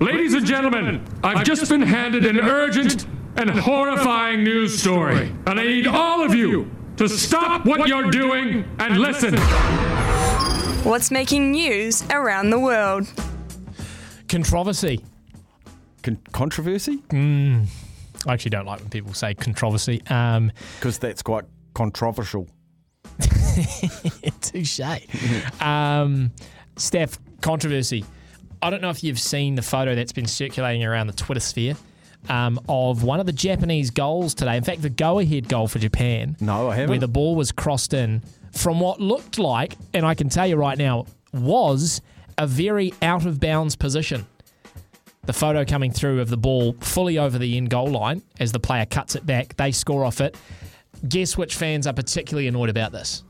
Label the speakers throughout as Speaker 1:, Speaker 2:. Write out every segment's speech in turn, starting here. Speaker 1: Ladies and gentlemen, I've just been handed an urgent and horrifying news story, and I need all of you to stop what you're doing and listen.
Speaker 2: What's making news around the world?
Speaker 3: Controversy.
Speaker 4: Con- controversy?
Speaker 3: Mm. I actually don't like when people say controversy. Um,
Speaker 4: Because that's quite controversial.
Speaker 3: touche. um, Steph, controversy. I don't know if you've seen the photo that's been circulating around the Twitter sphere um, of one of the Japanese goals today. In fact, the go ahead goal for Japan.
Speaker 4: No, I haven't.
Speaker 3: Where the ball was crossed in from what looked like, and I can tell you right now, was a very out of bounds position. The photo coming through of the ball fully over the end goal line as the player cuts it back. They score off it. Guess which fans are particularly annoyed about this?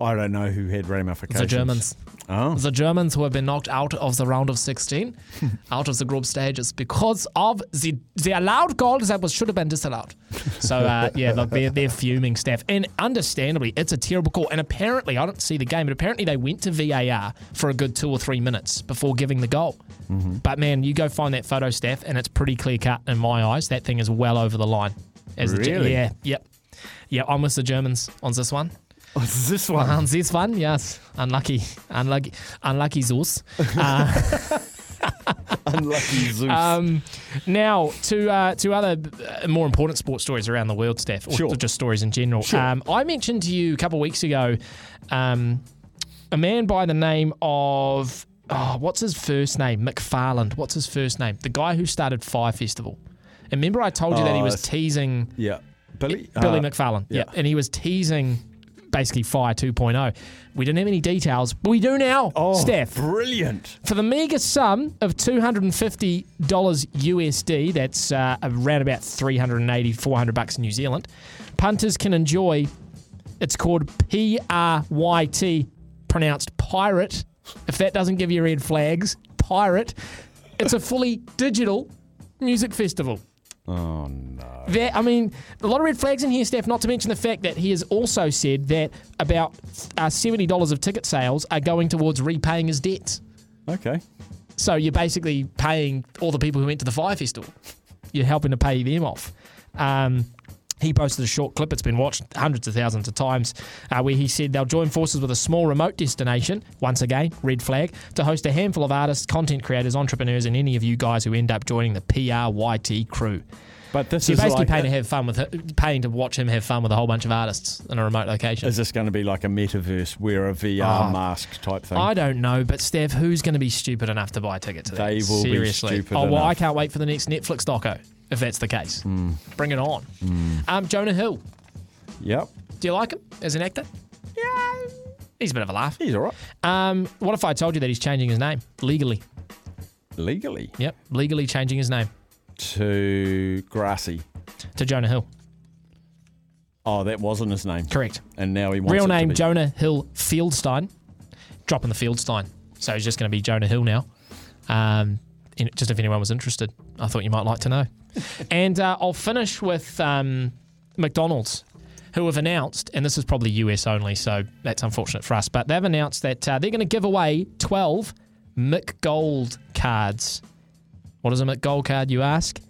Speaker 4: I don't know who had ramifications.
Speaker 3: The Germans.
Speaker 4: Oh.
Speaker 3: The Germans who have been knocked out of the round of 16, out of the group stages, because of the, the allowed goal that was should have been disallowed. So, uh, yeah, look, they're, they're fuming, Steph. And understandably, it's a terrible call. And apparently, I don't see the game, but apparently they went to VAR for a good two or three minutes before giving the goal.
Speaker 4: Mm-hmm.
Speaker 3: But, man, you go find that photo, Steph, and it's pretty clear cut in my eyes. That thing is well over the line. As the Ge-
Speaker 4: Really?
Speaker 3: yeah, yep. Yeah, I'm with the Germans on this one.
Speaker 4: Oh, it's this one.
Speaker 3: On this one, yes. Unlucky. Unlucky. Unlucky Zeus. Uh,
Speaker 4: Unlucky Zeus.
Speaker 3: um, now, to, uh, to other uh, more important sports stories around the world, Steph, or
Speaker 4: Sure.
Speaker 3: just stories in general.
Speaker 4: Sure.
Speaker 3: Um, I mentioned to you a couple of weeks ago um, a man by the name of, oh, what's his first name? McFarland. What's his first name? The guy who started Fire Festival. And Remember, I told you that he
Speaker 4: Oh,
Speaker 3: was
Speaker 4: it's-
Speaker 3: teasing.
Speaker 4: yeah. Billy?
Speaker 3: Billy
Speaker 4: Uh,
Speaker 3: McFarlane. Yeah.
Speaker 4: yeah.
Speaker 3: And he was teasing basically Fire 2.0. We didn't have any details, but we do now,
Speaker 4: Oh,
Speaker 3: Steph.
Speaker 4: Brilliant.
Speaker 3: For the meager sum of $250 USD, that's uh, around about 380, 400 bucks in New Zealand, punters can enjoy, it's called P-R-Y-T, pronounced pirate. If that doesn't give you red flags, pirate. It's a fully digital music festival.
Speaker 4: Oh, no.
Speaker 3: There, I mean, a lot of red flags in here, Steph. Not to mention the fact that he has also said that about uh, seventy dollars of ticket sales are going towards repaying his debts.
Speaker 4: Okay.
Speaker 3: So you're basically paying all the people who went to the fire festival. You're helping to pay them off. Um, he posted a short clip. It's been watched hundreds of thousands of times, uh, where he said they'll join forces with a small remote destination. Once again, red flag to host a handful of artists, content creators, entrepreneurs, and any of you guys who end up joining the PRYT crew.
Speaker 4: But this
Speaker 3: So
Speaker 4: is
Speaker 3: you're basically
Speaker 4: like,
Speaker 3: paying to have fun with, paying to watch him have fun with a whole bunch of artists in a remote location.
Speaker 4: Is this going to be like a metaverse, wear a VR
Speaker 3: Oh.
Speaker 4: mask type thing?
Speaker 3: I don't know, but Steph, who's going to be stupid enough to buy a ticket to that?
Speaker 4: They will be
Speaker 3: Seriously.
Speaker 4: stupid
Speaker 3: Oh well, I
Speaker 4: enough. Hmm.
Speaker 3: can't wait for the next Netflix doco if that's the case. Bring it on. Um, Jonah Hill,
Speaker 4: yep.
Speaker 3: do you like him as an actor? Yeah, he's a bit of a laugh.
Speaker 4: He's all right.
Speaker 3: Um, what if I told you that he's changing his name legally?
Speaker 4: Legally.
Speaker 3: Yep, legally changing his name
Speaker 4: To Grassy.
Speaker 3: to Jonah Hill.
Speaker 4: Oh, that wasn't his name.
Speaker 3: Correct.
Speaker 4: And now he wants
Speaker 3: Real
Speaker 4: it to
Speaker 3: name
Speaker 4: be-
Speaker 3: Jonah Hill Fieldstein. Dropping the Fieldstein. So he's just going to be Jonah Hill now. Um, in- just if anyone was interested, I thought you might like to know. and uh, I'll finish with um, McDonald's, who have announced, and this is probably US only, so that's unfortunate for us, but they've announced that uh, they're going to give away 12 McGold cards. What is a McGold card, you ask?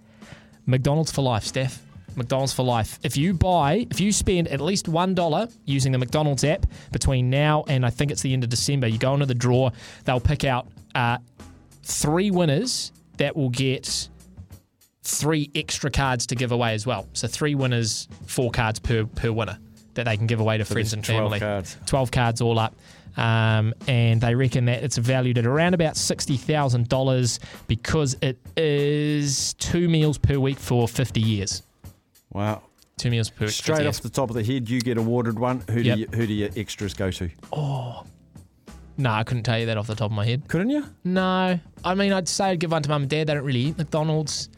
Speaker 3: McDonald's for life, Steph. McDonald's for life. If you buy, if you spend at least $1 using the McDonald's app between now and I think it's the end of December, you go into the draw, they'll pick out uh, three winners that will get three extra cards to give away as well. So three winners, four cards per, per winner that they can give away to friends
Speaker 4: there's
Speaker 3: and
Speaker 4: 12
Speaker 3: family.
Speaker 4: cards.
Speaker 3: 12 cards all up. Um, and they reckon that it's valued at around about $60,000 because it is two meals per week for 50 years.
Speaker 4: Wow.
Speaker 3: Two meals per week. for 50
Speaker 4: Straight
Speaker 3: years.
Speaker 4: off the top of the head, you get awarded one. Who
Speaker 3: Yep.
Speaker 4: do you, who do your extras go to?
Speaker 3: No, I couldn't tell you that off the top of my head.
Speaker 4: Couldn't you?
Speaker 3: No. I mean, I'd say I'd give one to mum and dad. They don't really eat McDonald's.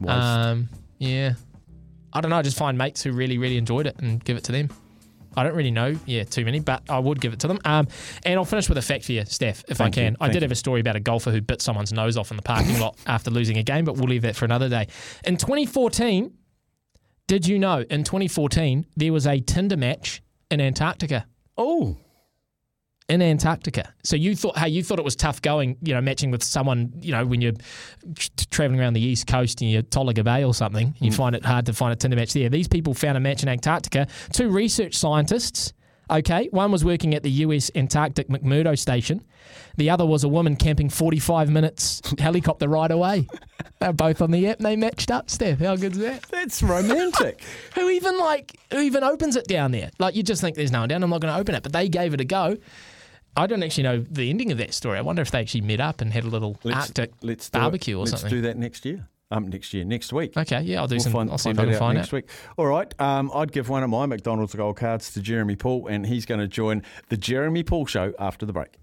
Speaker 4: Waste.
Speaker 3: Um, yeah. I don't know. I just find mates who really, really enjoyed it and give it to them. I don't really know, yeah, too many, but I would give it to them. Um, and I'll finish with a fact for you, Steph, if
Speaker 4: Thank
Speaker 3: I can.
Speaker 4: you,
Speaker 3: I
Speaker 4: thank
Speaker 3: did
Speaker 4: you.
Speaker 3: have a story about a golfer who bit someone's nose off in the parking lot after losing a game, but we'll leave that for another day. In 2014, did you know, in 2014, there was a Tinder match in Antarctica?
Speaker 4: oh,
Speaker 3: in Antarctica. So you thought, hey, you thought it was tough going, you know, matching with someone, you know, when you're t- traveling around the east coast and you're Tolaga Bay or something, and
Speaker 4: Hmm.
Speaker 3: you find it hard to find a Tinder match there. These people found a match in Antarctica. Two research scientists. Okay, one was working at the US Antarctic McMurdo station. The other was a woman camping 45 minutes helicopter ride away. They're both on the app. and They matched up, Steph. How good's that?
Speaker 4: that's romantic.
Speaker 3: Who even like who even opens it down there? Like you just think there's no one down. I'm not going to open it, but they gave it a go. I don't actually know the ending of that story. I wonder if they actually met up and had a little Arctic
Speaker 4: do it.
Speaker 3: barbecue or
Speaker 4: let's
Speaker 3: something.
Speaker 4: do that next year. Um, next year, next week.
Speaker 3: Okay, yeah, I'll do
Speaker 4: We'll
Speaker 3: some.
Speaker 4: find,
Speaker 3: I'll see if I can
Speaker 4: find that out
Speaker 3: find
Speaker 4: next
Speaker 3: it.
Speaker 4: week. All right, um, I'd give one of my McDonald's gold cards to Jeremy Paul, and he's going to join the Jeremy Paul show after the break.